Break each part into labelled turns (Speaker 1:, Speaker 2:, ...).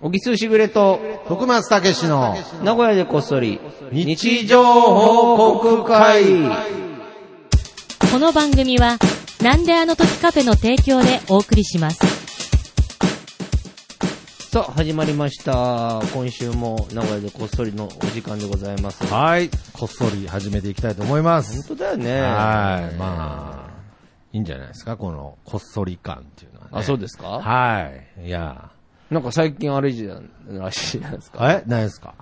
Speaker 1: 小木すしぐれと、
Speaker 2: 徳松たけしの
Speaker 1: 名古屋でこっそり、
Speaker 2: 日常報告会。
Speaker 3: この番組は、なんであの時カフェの提供でお送りします。
Speaker 1: さあ、始まりました。今週も名古屋でこっそりのお時間でございます。本
Speaker 2: はい。こっそり始めていきたいと思います。
Speaker 1: 当だよね。
Speaker 2: はい。まあ、いいんじゃないですか、このこっそり感っていうのはね。
Speaker 1: あ、そうですか
Speaker 2: はい。いや
Speaker 1: なんか最近あれじゃん、らしいじゃない ですか。
Speaker 2: ー。えないですか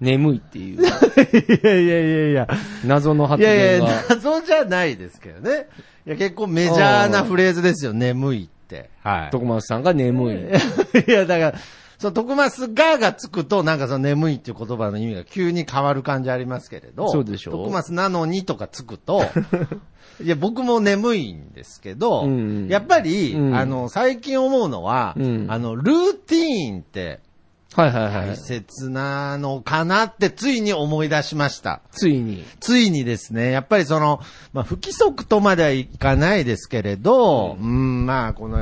Speaker 1: 眠いって いう、
Speaker 2: いやいやいやいや。
Speaker 1: 謎の
Speaker 2: い
Speaker 1: 発
Speaker 2: やい
Speaker 1: 言
Speaker 2: や
Speaker 1: が。、
Speaker 2: 謎じゃないですけどね。いや、結構メジャーなフレーズですよ、眠いって。はい。
Speaker 1: 徳松さんが眠い。
Speaker 2: いや、だから、その、徳松ががつくと、なんかその眠いっていう言葉の意味が急に変わる感じありますけれど。
Speaker 1: そうでしょ
Speaker 2: 徳松なのにとかつ くと、いや、僕も眠いんですけど、
Speaker 1: うんうん
Speaker 2: やっぱり、
Speaker 1: うん
Speaker 2: あの、最近思うのは、
Speaker 1: うん
Speaker 2: あの、ルーティーンって
Speaker 1: はいはいは
Speaker 2: 大
Speaker 1: い。
Speaker 2: 切なのかなってついに思い出しました。
Speaker 1: ついに。
Speaker 2: ついにですね、やっぱりその、まあ、不規則とまではいかないですけれど、うん、まあ、この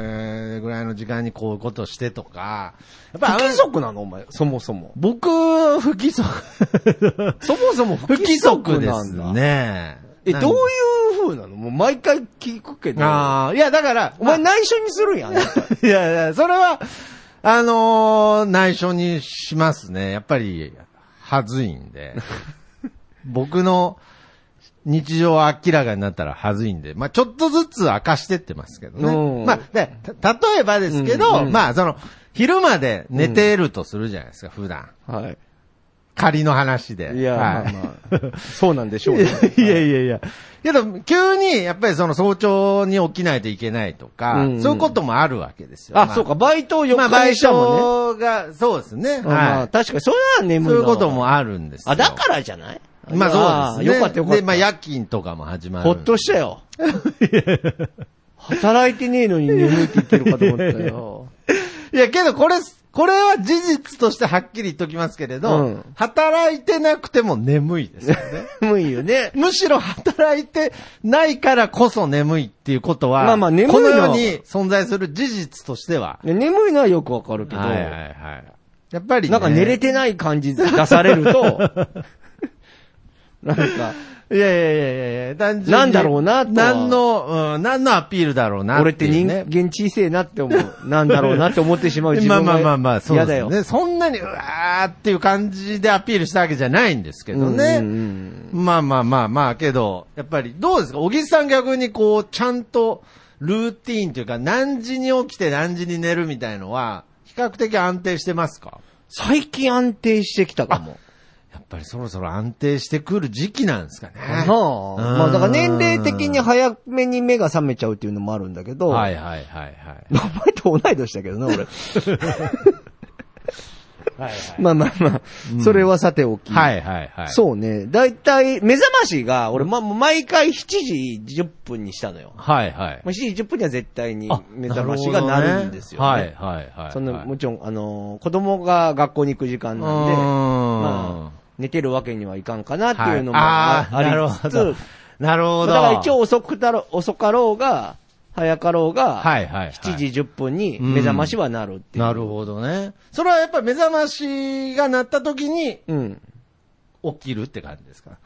Speaker 2: ぐらいの時間にこういうことしてとか、やっぱ
Speaker 1: 不
Speaker 2: り
Speaker 1: 規則なのお前、そもそも。
Speaker 2: 僕、不規則。
Speaker 1: そもそも
Speaker 2: 不規則で
Speaker 1: なん
Speaker 2: す
Speaker 1: だ。
Speaker 2: ね。
Speaker 1: え、
Speaker 2: なん
Speaker 1: どういう風なのもう毎回聞くけど。
Speaker 2: ああ、いや、だから、
Speaker 1: お前内緒にするやん。
Speaker 2: いやいや、それは、あのー内緒にしますね。やっぱり、はずいん で。僕の日常は明らかになったらはずいんで、まあちょっとずつ明かしてってますけど
Speaker 1: うん
Speaker 2: ね。まあで、た例えばですけど、
Speaker 1: うんうん
Speaker 2: まあその、昼まで寝てるとするじゃないですか、普段。
Speaker 1: はい。
Speaker 2: 仮の話で。
Speaker 1: いや、
Speaker 2: はい
Speaker 1: まあまあ、 そうなんでしょう
Speaker 2: い
Speaker 1: ね。
Speaker 2: やいやいや。けど、急に、やっぱりその早朝に起きないといけないとか、
Speaker 1: うんうん
Speaker 2: そういうこともあるわけですよ。
Speaker 1: あ、
Speaker 2: ま
Speaker 1: そうか、バイトを4
Speaker 2: まあ、
Speaker 1: 日
Speaker 2: 賠
Speaker 1: にしたもんね。
Speaker 2: 償が、そうですね。
Speaker 1: あま
Speaker 2: は
Speaker 1: あ、確かに、それは眠いな
Speaker 2: い。そういうこと。もあるんですよ。
Speaker 1: あ、だからじゃない
Speaker 2: まあそうですね。
Speaker 1: よかったよかった。
Speaker 2: で、まあ夜勤とかも始まる。
Speaker 1: ほっとしたよ。働いてねえのに眠いって言ってるかと思ったよ。
Speaker 2: いや、けどこれ、これは事実としてはっきり言っときますけれど、
Speaker 1: うん
Speaker 2: 働いてなくても 眠いですよ ね。
Speaker 1: 眠いよね。
Speaker 2: むしろ働いてないからこそ眠いっていうことは、
Speaker 1: まあまあ眠いの
Speaker 2: この
Speaker 1: は
Speaker 2: 世に存在する事実としては、
Speaker 1: ね眠いのはよくわかるけど、
Speaker 2: はいはいはい。やっぱり、ね、
Speaker 1: なんか寝れてない感じ出されると、なんか、
Speaker 2: いやいやいやいやいや、単純に
Speaker 1: なんだろうなとは
Speaker 2: 何の、うん、何のアピールだろうな
Speaker 1: 俺っ
Speaker 2: って
Speaker 1: て
Speaker 2: いう、
Speaker 1: 人
Speaker 2: ね。
Speaker 1: 間小せえなって思う。なんだろうなって思ってしまう自
Speaker 2: まあ
Speaker 1: 分が。
Speaker 2: まあまあまあ、そう
Speaker 1: 嫌
Speaker 2: です
Speaker 1: だ
Speaker 2: ね。
Speaker 1: よ。
Speaker 2: そんなに、うわーっていう感じでアピールしたわけじゃないんですけどね。
Speaker 1: うんうんうん
Speaker 2: まあまあまあまあ、けど、やっぱりどうですか小木さん逆にこう、ちゃんとルーティーンというか、何時に起きて何時に寝るみたいのは、比較的安定してますか
Speaker 1: 最近安定してきたかも。
Speaker 2: やっぱりそろそろ安定してくる時期なんですかね。
Speaker 1: なあ。まあだから年齢的に早めに目が覚めちゃうっていうのもあるんだけど、
Speaker 2: はいはいはいはい。
Speaker 1: お前と同い年だけどな、俺。
Speaker 2: はいはい
Speaker 1: まあまあまあ、それはさておき。
Speaker 2: はいはいはい。
Speaker 1: そうね。だいたい、目覚ましが、俺、ま、もう毎回7時10分にしたのよ。
Speaker 2: はいはい
Speaker 1: まあ、。7時10分には絶対に
Speaker 2: あ
Speaker 1: 目覚ましがなるんですよ、ね。
Speaker 2: なるほどねはいはいはいはい。
Speaker 1: そんな、もちろん、あのー子供が学校に行く時間なんで、
Speaker 2: うーん
Speaker 1: まあ、寝てるわけにはいかんかなっていうのも
Speaker 2: はい
Speaker 1: あ
Speaker 2: あーなる
Speaker 1: あり
Speaker 2: ほ
Speaker 1: つつ、
Speaker 2: どなるほど。
Speaker 1: だから一応遅くだろ、遅かろうが、早かろうが、
Speaker 2: はいはいはい
Speaker 1: 7時10分に目覚ましはなるっていう。
Speaker 2: なるほどね。それはやっぱり目覚ましが鳴った時に
Speaker 1: うん。
Speaker 2: 起きるって感じです か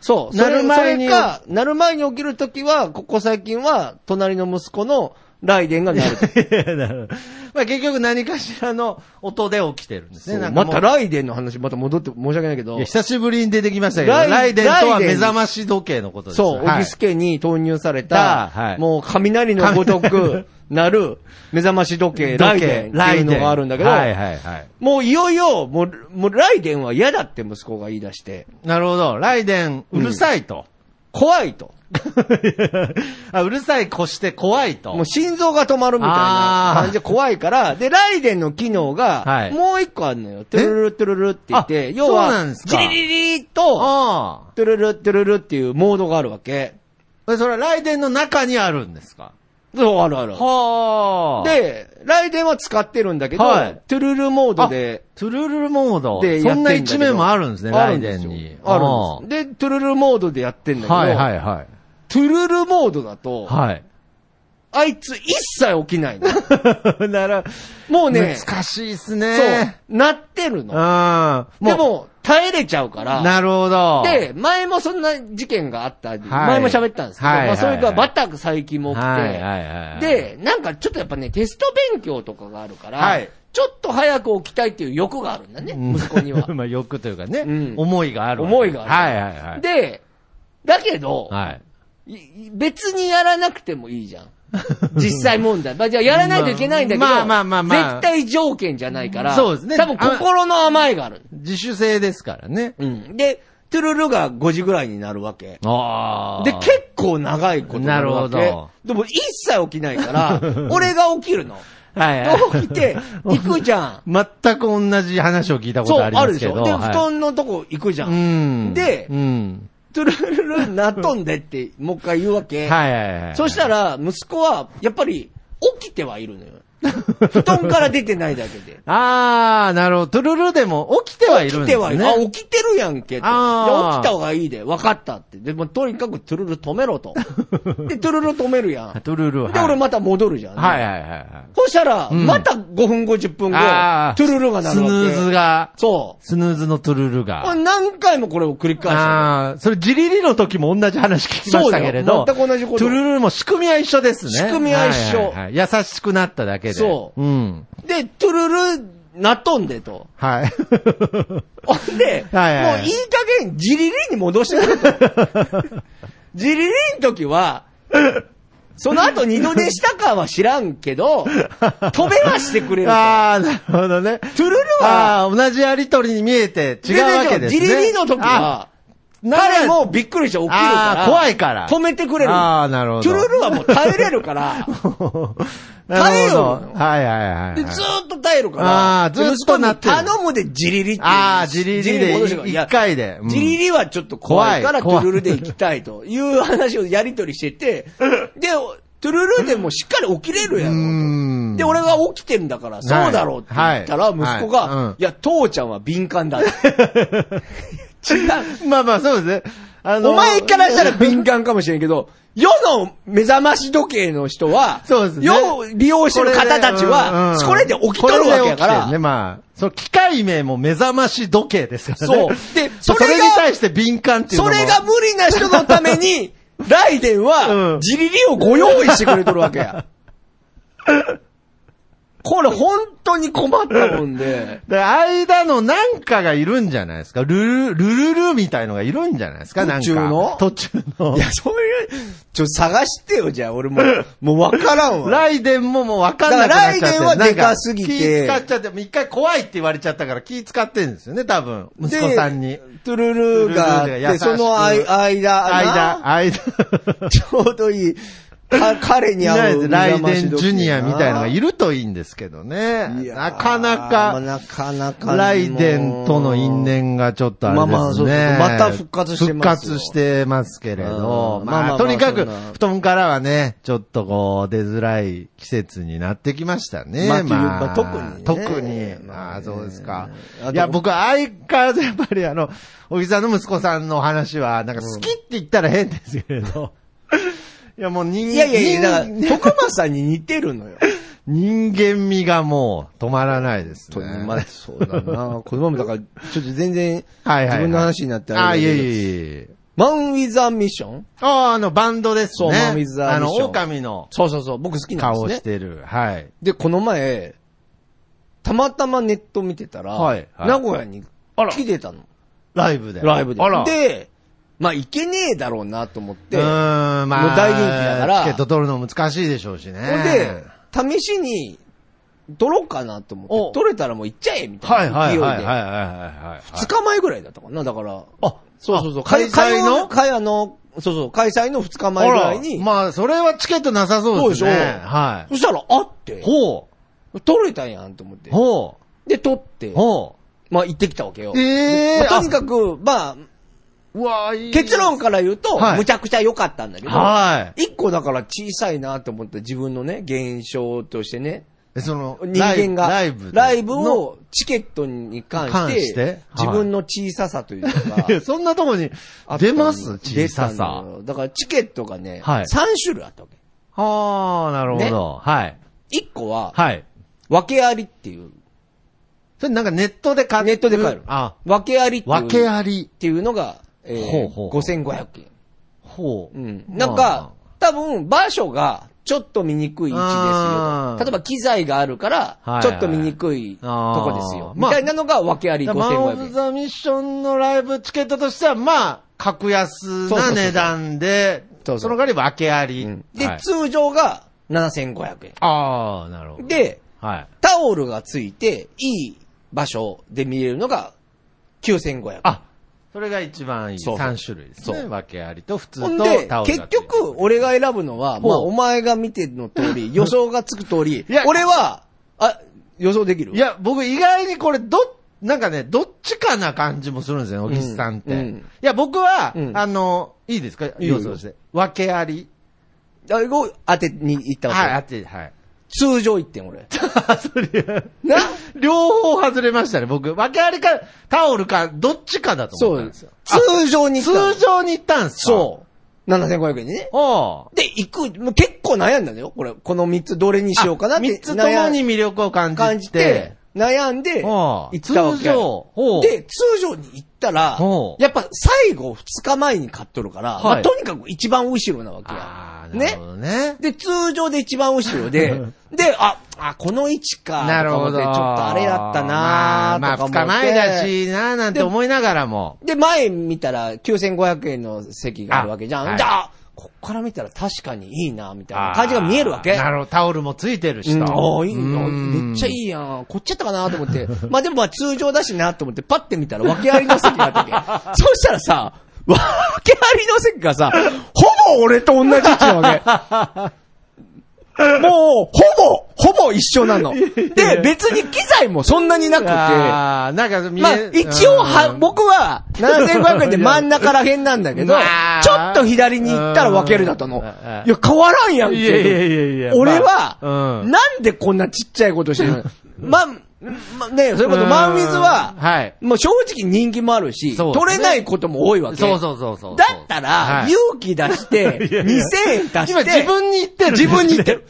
Speaker 1: そう。な
Speaker 2: なる
Speaker 1: る
Speaker 2: 前
Speaker 1: 前
Speaker 2: に
Speaker 1: に。それか、なる前に起きるときは、ここ最近は、隣の息子の雷電が鳴ると。
Speaker 2: まあ結局何かしらの音で起きてるんです ね。なんか
Speaker 1: ま
Speaker 2: も
Speaker 1: た
Speaker 2: う
Speaker 1: 雷電の話、また戻って申し訳ないけど
Speaker 2: いや、久しぶりに出てきましたけど、
Speaker 1: ライ
Speaker 2: ライデンとは
Speaker 1: ライデン
Speaker 2: 目覚まし時計のことですね
Speaker 1: そう、オ
Speaker 2: はい
Speaker 1: ギスケに投入され
Speaker 2: だ
Speaker 1: た、
Speaker 2: はい
Speaker 1: もう雷のごと くなる目覚まし時計、ライデンっていうのがあるんだけど、
Speaker 2: はいはいはい。
Speaker 1: もういよいよ、もう、もうライデンは嫌だって息子が言い出して、
Speaker 2: なるほど。ライデン、うるさいと。
Speaker 1: 怖いと。
Speaker 2: あうるさい越して怖いと。
Speaker 1: もう心臓が止まるみたいな感じで怖いから、で、ライデンの機能
Speaker 2: は
Speaker 1: が、
Speaker 2: い
Speaker 1: もう一個あるのよ。トゥルルルトゥルルルって言って
Speaker 2: あ、
Speaker 1: 要
Speaker 2: そうな
Speaker 1: は、
Speaker 2: んですか
Speaker 1: ジリリリリと、
Speaker 2: あ
Speaker 1: トゥルルルトゥルルルっていうモードがあるわけ。
Speaker 2: あ。えそれはライデンの中にあるんですか
Speaker 1: そう、あるある。
Speaker 2: はで、
Speaker 1: で、ライデンは使ってるんだけど、
Speaker 2: はい
Speaker 1: トゥルルモードで、
Speaker 2: トゥルルルモード。
Speaker 1: で
Speaker 2: そんな
Speaker 1: やってだけ
Speaker 2: 一
Speaker 1: ど
Speaker 2: 面もあるんですね、
Speaker 1: あ
Speaker 2: ラ
Speaker 1: る
Speaker 2: イ
Speaker 1: んで
Speaker 2: デン
Speaker 1: すよ
Speaker 2: に。
Speaker 1: あるんです。で、トゥルルモードでやってんだけど、
Speaker 2: はいはいはい。
Speaker 1: トゥルルモードだと、
Speaker 2: はい。
Speaker 1: あいつ一切起きないの。
Speaker 2: なら、
Speaker 1: もう ね、
Speaker 2: 難しいです
Speaker 1: そう
Speaker 2: ね。、
Speaker 1: なってるの。
Speaker 2: ああ、
Speaker 1: でも、耐えれちゃうから。
Speaker 2: なるほど。
Speaker 1: で、前もそんな事件があった、前も喋ったんですけど、
Speaker 2: はいはい
Speaker 1: まあ、それが
Speaker 2: はい
Speaker 1: バタ最近も起きて、
Speaker 2: はいはいはいはい
Speaker 1: で、なんかちょっとやっぱね、テスト勉強とかがあるから、
Speaker 2: はい
Speaker 1: ちょっと早く起きたいっていう欲があるんだね、
Speaker 2: うん。
Speaker 1: 息子には
Speaker 2: まあ、欲というかね、
Speaker 1: うん
Speaker 2: 思いがある。
Speaker 1: 思いがある。
Speaker 2: はいはいはい。、
Speaker 1: で、だけど、
Speaker 2: はい。
Speaker 1: い別にやらなくてもいいじ ゃん。実際問題。まあ、じゃあやらないといけないんだけど、
Speaker 2: まあまあまあまあ
Speaker 1: 絶対条件じゃないから、
Speaker 2: そうですね
Speaker 1: 多分心の甘えがある。
Speaker 2: 自主性ですからね。
Speaker 1: うん。で、トゥルルが5時ぐらいになるわけ。
Speaker 2: ああ。
Speaker 1: で、結構長いことになるわけ。
Speaker 2: なるほ
Speaker 1: でも一切起きない から、俺が起きるの。
Speaker 2: はい
Speaker 1: で
Speaker 2: はい、
Speaker 1: 起き て、行くじゃん。
Speaker 2: 全く同じ話を聞いたこ
Speaker 1: そう、
Speaker 2: とあり
Speaker 1: あ
Speaker 2: ま
Speaker 1: る
Speaker 2: す
Speaker 1: でし
Speaker 2: けど。
Speaker 1: ょ。で、布
Speaker 2: はい
Speaker 1: 団のとこ行くじゃ。
Speaker 2: うんん。
Speaker 1: で
Speaker 2: うん。
Speaker 1: トゥルルルなっとんでって、もう一回言うわけ。
Speaker 2: はいはいはい。
Speaker 1: そしたら、
Speaker 2: ら、
Speaker 1: 息子は、やっぱり、起きてはいるのよ。布団から出てないだけで。
Speaker 2: ああ、なるほど。トゥルルでも起きてはい
Speaker 1: 起
Speaker 2: るん
Speaker 1: き
Speaker 2: で
Speaker 1: て
Speaker 2: す
Speaker 1: はい
Speaker 2: ね。
Speaker 1: る。あ、起きてるやんけと。い
Speaker 2: あー
Speaker 1: や起きた方がいいで。分かったって。でも、とにかくトゥルル止めろ と。で、トゥルル止めるやん。
Speaker 2: トゥルルは。
Speaker 1: で、俺また戻るじゃん。
Speaker 2: はいはいはいは
Speaker 1: そしたら、
Speaker 2: ん
Speaker 1: また5分後、10分
Speaker 2: い。
Speaker 1: 後、
Speaker 2: あー
Speaker 1: トゥルルが鳴
Speaker 2: ス
Speaker 1: る
Speaker 2: ヌ
Speaker 1: わけ。
Speaker 2: ーズが、
Speaker 1: そう。
Speaker 2: スヌーズのトゥルルが。
Speaker 1: これ何回もこれを繰り返し
Speaker 2: ああ、それ、ジリリの時も同じ話聞きましたけれ
Speaker 1: そ
Speaker 2: ど。
Speaker 1: うだよ全く同じこと
Speaker 2: トゥルルも仕組みは一緒ですね。
Speaker 1: 仕組みは一緒
Speaker 2: いいはい優しくなっただけで。。
Speaker 1: そう
Speaker 2: うん。
Speaker 1: てる。で、トゥルル、なっとんでと。
Speaker 2: はい。
Speaker 1: ほんで、
Speaker 2: はいはいはい
Speaker 1: もういい加減、ジリリに戻してくれと。ジリリの時は、その後二度寝したかは知らんけど、飛べはしてくれると。
Speaker 2: ああ、なるほどね。
Speaker 1: トゥルルは、
Speaker 2: ああ、同じやりとりに見えて違うわけです
Speaker 1: ジ
Speaker 2: ね。
Speaker 1: リリの時は、彼もびっくりして起きるか
Speaker 2: あ
Speaker 1: ら、
Speaker 2: ー怖いから
Speaker 1: 止めてくれる。
Speaker 2: あーなるほど
Speaker 1: トゥルルはもう耐えれる から、
Speaker 2: あ、なるほど
Speaker 1: 耐えようよ
Speaker 2: はいはいはいは
Speaker 1: で
Speaker 2: い。
Speaker 1: ずーっと耐えるから、
Speaker 2: あーずーっとなってる
Speaker 1: 息子に頼むでジリリっていう。
Speaker 2: あージリリで
Speaker 1: ジに戻してくるいや
Speaker 2: 一回でうん
Speaker 1: ジリリはちょっと怖いから、ト
Speaker 2: 怖い怖
Speaker 1: ゥル
Speaker 2: い
Speaker 1: ルで行きたいという話をやりとりしてて、で、トゥルルでもしっかり起きれるやろ
Speaker 2: う
Speaker 1: と。
Speaker 2: ん
Speaker 1: で、俺が起きてんだから、そうだろうって言ったら、
Speaker 2: はい
Speaker 1: 息
Speaker 2: は
Speaker 1: 子
Speaker 2: いはいう
Speaker 1: が
Speaker 2: ん、
Speaker 1: いや、父ちゃんは敏感 だと。違う。
Speaker 2: まあまあ、そうですね。あの
Speaker 1: お前からしたら敏感かもしれんけど、世の目覚まし時計の人は、
Speaker 2: そうですね
Speaker 1: 世を利用してる方たちは、これで起きとるわけやか
Speaker 2: これで起きて
Speaker 1: ら
Speaker 2: るね、、まあ。その機械名も目覚まし時計ですからね。
Speaker 1: そうでそ
Speaker 2: そ
Speaker 1: れ
Speaker 2: れ
Speaker 1: が
Speaker 2: に対して敏感っていうの
Speaker 1: そ
Speaker 2: も。
Speaker 1: れが無理な人のため に、ライデン
Speaker 2: う
Speaker 1: は
Speaker 2: ん、
Speaker 1: ジリリをご用意してくれとるわけ や。これ本当に困ったもんで、
Speaker 2: で、間のなんかがいるんじゃないですかルル、ルルルみたいのがいるんじゃないですかなんか。
Speaker 1: 途中の
Speaker 2: 途中の
Speaker 1: い や、。そういう、ちょ、探してよ、じゃあ、俺もう、もうわからんわ。
Speaker 2: ライデンももうわかんなくなっちゃって
Speaker 1: だからライデンはでかすぎて
Speaker 2: なんか気使っちゃって、一回怖いって言われちゃったから気使ってるんですよね、多分。息
Speaker 1: で
Speaker 2: 子さんに。
Speaker 1: トゥルルがあっ
Speaker 2: トゥルルが
Speaker 1: て、
Speaker 2: 優しく
Speaker 1: そのあい間、
Speaker 2: 間、間。
Speaker 1: ちょうどいい。 か彼に合う。
Speaker 2: ライデンジュニアみたいのがいるといいんですけどね。
Speaker 1: いやー
Speaker 2: なかな
Speaker 1: まあ
Speaker 2: か、
Speaker 1: なかなか。
Speaker 2: ライデンとの因。縁がちょっとあれですね。
Speaker 1: まあまあそうそうまた復活してますよ
Speaker 2: 復活してますけれど
Speaker 1: う。んまあまあま
Speaker 2: ま
Speaker 1: あ
Speaker 2: あ、とにか
Speaker 1: そ
Speaker 2: く、
Speaker 1: んな
Speaker 2: 布団からはね、ちょっとこう、出づらい季節になってきましたね。
Speaker 1: ま
Speaker 2: ま
Speaker 1: あ
Speaker 2: あ、
Speaker 1: まあ特にね
Speaker 2: 特に。
Speaker 1: まあ
Speaker 2: ま
Speaker 1: ね
Speaker 2: あ、そうですか
Speaker 1: あと。
Speaker 2: いや、僕、相変わらずやっぱりあの、小木さんの息子さんの話は、なんか好きって言ったら変ですけれど。いや、もう人間、
Speaker 1: いやいやいや、だ
Speaker 2: 人
Speaker 1: から、徳間さんに似てるのよ。
Speaker 2: 人間味がもう止まらないです
Speaker 1: と
Speaker 2: ね。
Speaker 1: まあ、そうだな。 このままだから、ちょっと全然、
Speaker 2: はいはいはい
Speaker 1: 自分の話になって
Speaker 2: あ
Speaker 1: あ
Speaker 2: あ、
Speaker 1: れ
Speaker 2: い
Speaker 1: だ
Speaker 2: え
Speaker 1: け
Speaker 2: い
Speaker 1: ど
Speaker 2: えいえ。
Speaker 1: マン・ウィザー・ミッション
Speaker 2: ああ、あの、バンドですね。
Speaker 1: そうマンウィズアー
Speaker 2: あ
Speaker 1: ミッ
Speaker 2: の、
Speaker 1: ション
Speaker 2: 狼の
Speaker 1: そうそうそう、僕好きなん
Speaker 2: 顔を
Speaker 1: で
Speaker 2: し
Speaker 1: すね。
Speaker 2: てる。はい。
Speaker 1: で、この前、たまたまネット見てたら、
Speaker 2: はいはい
Speaker 1: 名古屋に来てたの。
Speaker 2: ライブで。
Speaker 1: ライブで
Speaker 2: あら。、
Speaker 1: で、まあ、いけねえだろうなと思って、
Speaker 2: うーん、まあ。
Speaker 1: もう大人気だから
Speaker 2: チケット取るの難しいでしょうしね。
Speaker 1: ほんで、試しに、撮ろうかなと思
Speaker 2: お
Speaker 1: って、撮れたらもう行っちゃえみた
Speaker 2: はいい
Speaker 1: な
Speaker 2: は
Speaker 1: 勢い
Speaker 2: い
Speaker 1: で。
Speaker 2: はいはいはいはい。
Speaker 1: 2日前ぐらいだったかな、だから。
Speaker 2: あ、
Speaker 1: そうそうそう。
Speaker 2: 開催の
Speaker 1: 開あの、そうそう、開催の2日前ぐらいに。
Speaker 2: あらまあ、それはチケットなさそうですね。
Speaker 1: そうでしょ
Speaker 2: は
Speaker 1: そしたら、あって
Speaker 2: い。、ほ
Speaker 1: 撮れたやんと思って
Speaker 2: う。。ほ
Speaker 1: で、撮って
Speaker 2: う。、ほ
Speaker 1: まあ行ってきたわけよ。
Speaker 2: う。ええ
Speaker 1: まあとにかく、まあ、
Speaker 2: く、うわいい。
Speaker 1: 結論から言うと、
Speaker 2: はい
Speaker 1: むちゃくちゃ良かったんだけど、
Speaker 2: はい。
Speaker 1: 一個だから小さいなと思った自分のね、現象としてね、
Speaker 2: えその、
Speaker 1: 人間が、
Speaker 2: ライブ。
Speaker 1: ライブをチケットに関
Speaker 2: 関
Speaker 1: して、
Speaker 2: してはい
Speaker 1: 自分の小ささというの
Speaker 2: の。い
Speaker 1: が、
Speaker 2: やそんなとこに
Speaker 1: あったの
Speaker 2: 出ます小さ
Speaker 1: 出たの
Speaker 2: さ。
Speaker 1: よだからチケットがね、
Speaker 2: はい
Speaker 1: 3種類あったわけ。
Speaker 2: はあ、なるほど。はい。
Speaker 1: 一個は、
Speaker 2: はい。
Speaker 1: 訳ありっていう、
Speaker 2: それなんかネットで買う
Speaker 1: ネットで買える。
Speaker 2: あ、
Speaker 1: 訳ありっていう。
Speaker 2: 分けあり
Speaker 1: っ。ていうのが、えー、
Speaker 2: ほうほうほう
Speaker 1: 5500円。
Speaker 2: ほ
Speaker 1: う
Speaker 2: う。
Speaker 1: ん。なんか、多分、場所が、ちょっと見にくい位置
Speaker 2: あ
Speaker 1: ですよと。
Speaker 2: ー
Speaker 1: 例えば、機材があるか
Speaker 2: は
Speaker 1: ら、
Speaker 2: い
Speaker 1: ちょっと見にくいと
Speaker 2: あー
Speaker 1: こですよ。み
Speaker 2: まあ
Speaker 1: たいなのが、訳あり
Speaker 2: だからマン・オブ・
Speaker 1: 5500円。
Speaker 2: ザ・ミッションのライブチケットとしては、まあ、格安
Speaker 1: そうそうそう
Speaker 2: な
Speaker 1: そう
Speaker 2: 値段で、
Speaker 1: そうそう
Speaker 2: その代わり分けあり。
Speaker 1: うんで
Speaker 2: はい、
Speaker 1: 通常が7500
Speaker 2: ああ、なるほ
Speaker 1: 円。
Speaker 2: ど。、
Speaker 1: で、
Speaker 2: はい。
Speaker 1: タオルがついて、いい場所で見れるのが、9500円。
Speaker 2: あ、それが一番いい。
Speaker 1: そう
Speaker 2: 3種類です
Speaker 1: そ
Speaker 2: ね。
Speaker 1: う
Speaker 2: 分けありと普通
Speaker 1: ほん
Speaker 2: と
Speaker 1: で
Speaker 2: タオ、ルが
Speaker 1: 結
Speaker 2: ついてる
Speaker 1: 局、、俺が選ぶのは、まあ、
Speaker 2: ほう
Speaker 1: お前が見ての通 り、予想がつく通り
Speaker 2: いや、
Speaker 1: 俺は、あ、予想できる
Speaker 2: いや、僕意外にこれど、なんかね、どっちかな感じもするんですよね、小木さんって。
Speaker 1: うんうん
Speaker 2: いや、僕は、
Speaker 1: うん
Speaker 2: あの、いいですか
Speaker 1: いよ
Speaker 2: 要素として。分けあり。
Speaker 1: あれを当てに行ったわけ。
Speaker 2: はい、あって、はい。
Speaker 1: 通常1点俺。
Speaker 2: それ
Speaker 1: な
Speaker 2: 両方外れましたね、僕。分けありか、タオルか、どっちかだと思ったんですよ。
Speaker 1: 通常に行
Speaker 2: あ
Speaker 1: ったの
Speaker 2: 通常に行ったんですか
Speaker 1: そう。7500円にね。
Speaker 2: う。おう
Speaker 1: で、行く、もう結構悩んだのよ。これ、この3つどれにしようかなって。
Speaker 2: 3つともに魅力を
Speaker 1: 悩
Speaker 2: 感じ
Speaker 1: ん
Speaker 2: て。
Speaker 1: 感じて、悩んで、
Speaker 2: お
Speaker 1: 行
Speaker 2: う
Speaker 1: ったわけ。
Speaker 2: 通常おう
Speaker 1: で、通常に行ったら
Speaker 2: お、う
Speaker 1: やっぱ最後2日前に買っとるから、
Speaker 2: はい
Speaker 1: まあとにかく一番後ろなわけ
Speaker 2: あ
Speaker 1: や。
Speaker 2: あ、なる
Speaker 1: ね
Speaker 2: ほ。どね。
Speaker 1: で、通常で一番後ろ で、で、あ、あ、この位置か。
Speaker 2: なるほ
Speaker 1: と
Speaker 2: ど。
Speaker 1: か思ってちょっとあれだったな
Speaker 2: ま
Speaker 1: ーと
Speaker 2: あ、
Speaker 1: か思
Speaker 2: ま
Speaker 1: っ
Speaker 2: あ、
Speaker 1: て。
Speaker 2: 深前だしなーなんて思いながらも。
Speaker 1: で、前見たら9500円の席があるわけじゃん。
Speaker 2: あはい
Speaker 1: じゃあ、こっから見たら確かにいいな、みたいな感じが見えるわけ。
Speaker 2: あーなるほど。タオルもついてるし
Speaker 1: う
Speaker 2: と。
Speaker 1: ん、ああ、いいな。
Speaker 2: うん
Speaker 1: めっちゃいいやん。こっちやったかなと思って。 まあでもまあ通常だしなと思って、パッて見たら訳ありの席があったわけ。 そしたらさ、訳ありの席がさ、ほぼ俺と同じ位置なわ け。もう、ほぼ、ほぼ一緒な の。で、別に機材もそんなになくて。
Speaker 2: ああ、なんか見え
Speaker 1: まあ、一応は、
Speaker 2: うん
Speaker 1: 僕は、7500円で真ん中ら辺なんだけど、
Speaker 2: まあ
Speaker 1: ちょっと左に行ったら分けるだったの
Speaker 2: う
Speaker 1: い
Speaker 2: ん。
Speaker 1: や、変わらんやんけ。
Speaker 2: いやいやいやいや
Speaker 1: 俺は、
Speaker 2: まあうん
Speaker 1: なんでこんなちっちゃいことしてるのまあ、まあねそれこそ、
Speaker 2: うん
Speaker 1: マンウィズは、
Speaker 2: はい
Speaker 1: もう正直人気もあるし、
Speaker 2: そうですね
Speaker 1: 取れないことも多いわけ。
Speaker 2: そうそうそうそう。
Speaker 1: だったら、
Speaker 2: はい
Speaker 1: 勇気出して、
Speaker 2: いやいや
Speaker 1: 2000円足して、
Speaker 2: 今自分に言ってるんですね。
Speaker 1: 自分に言ってる。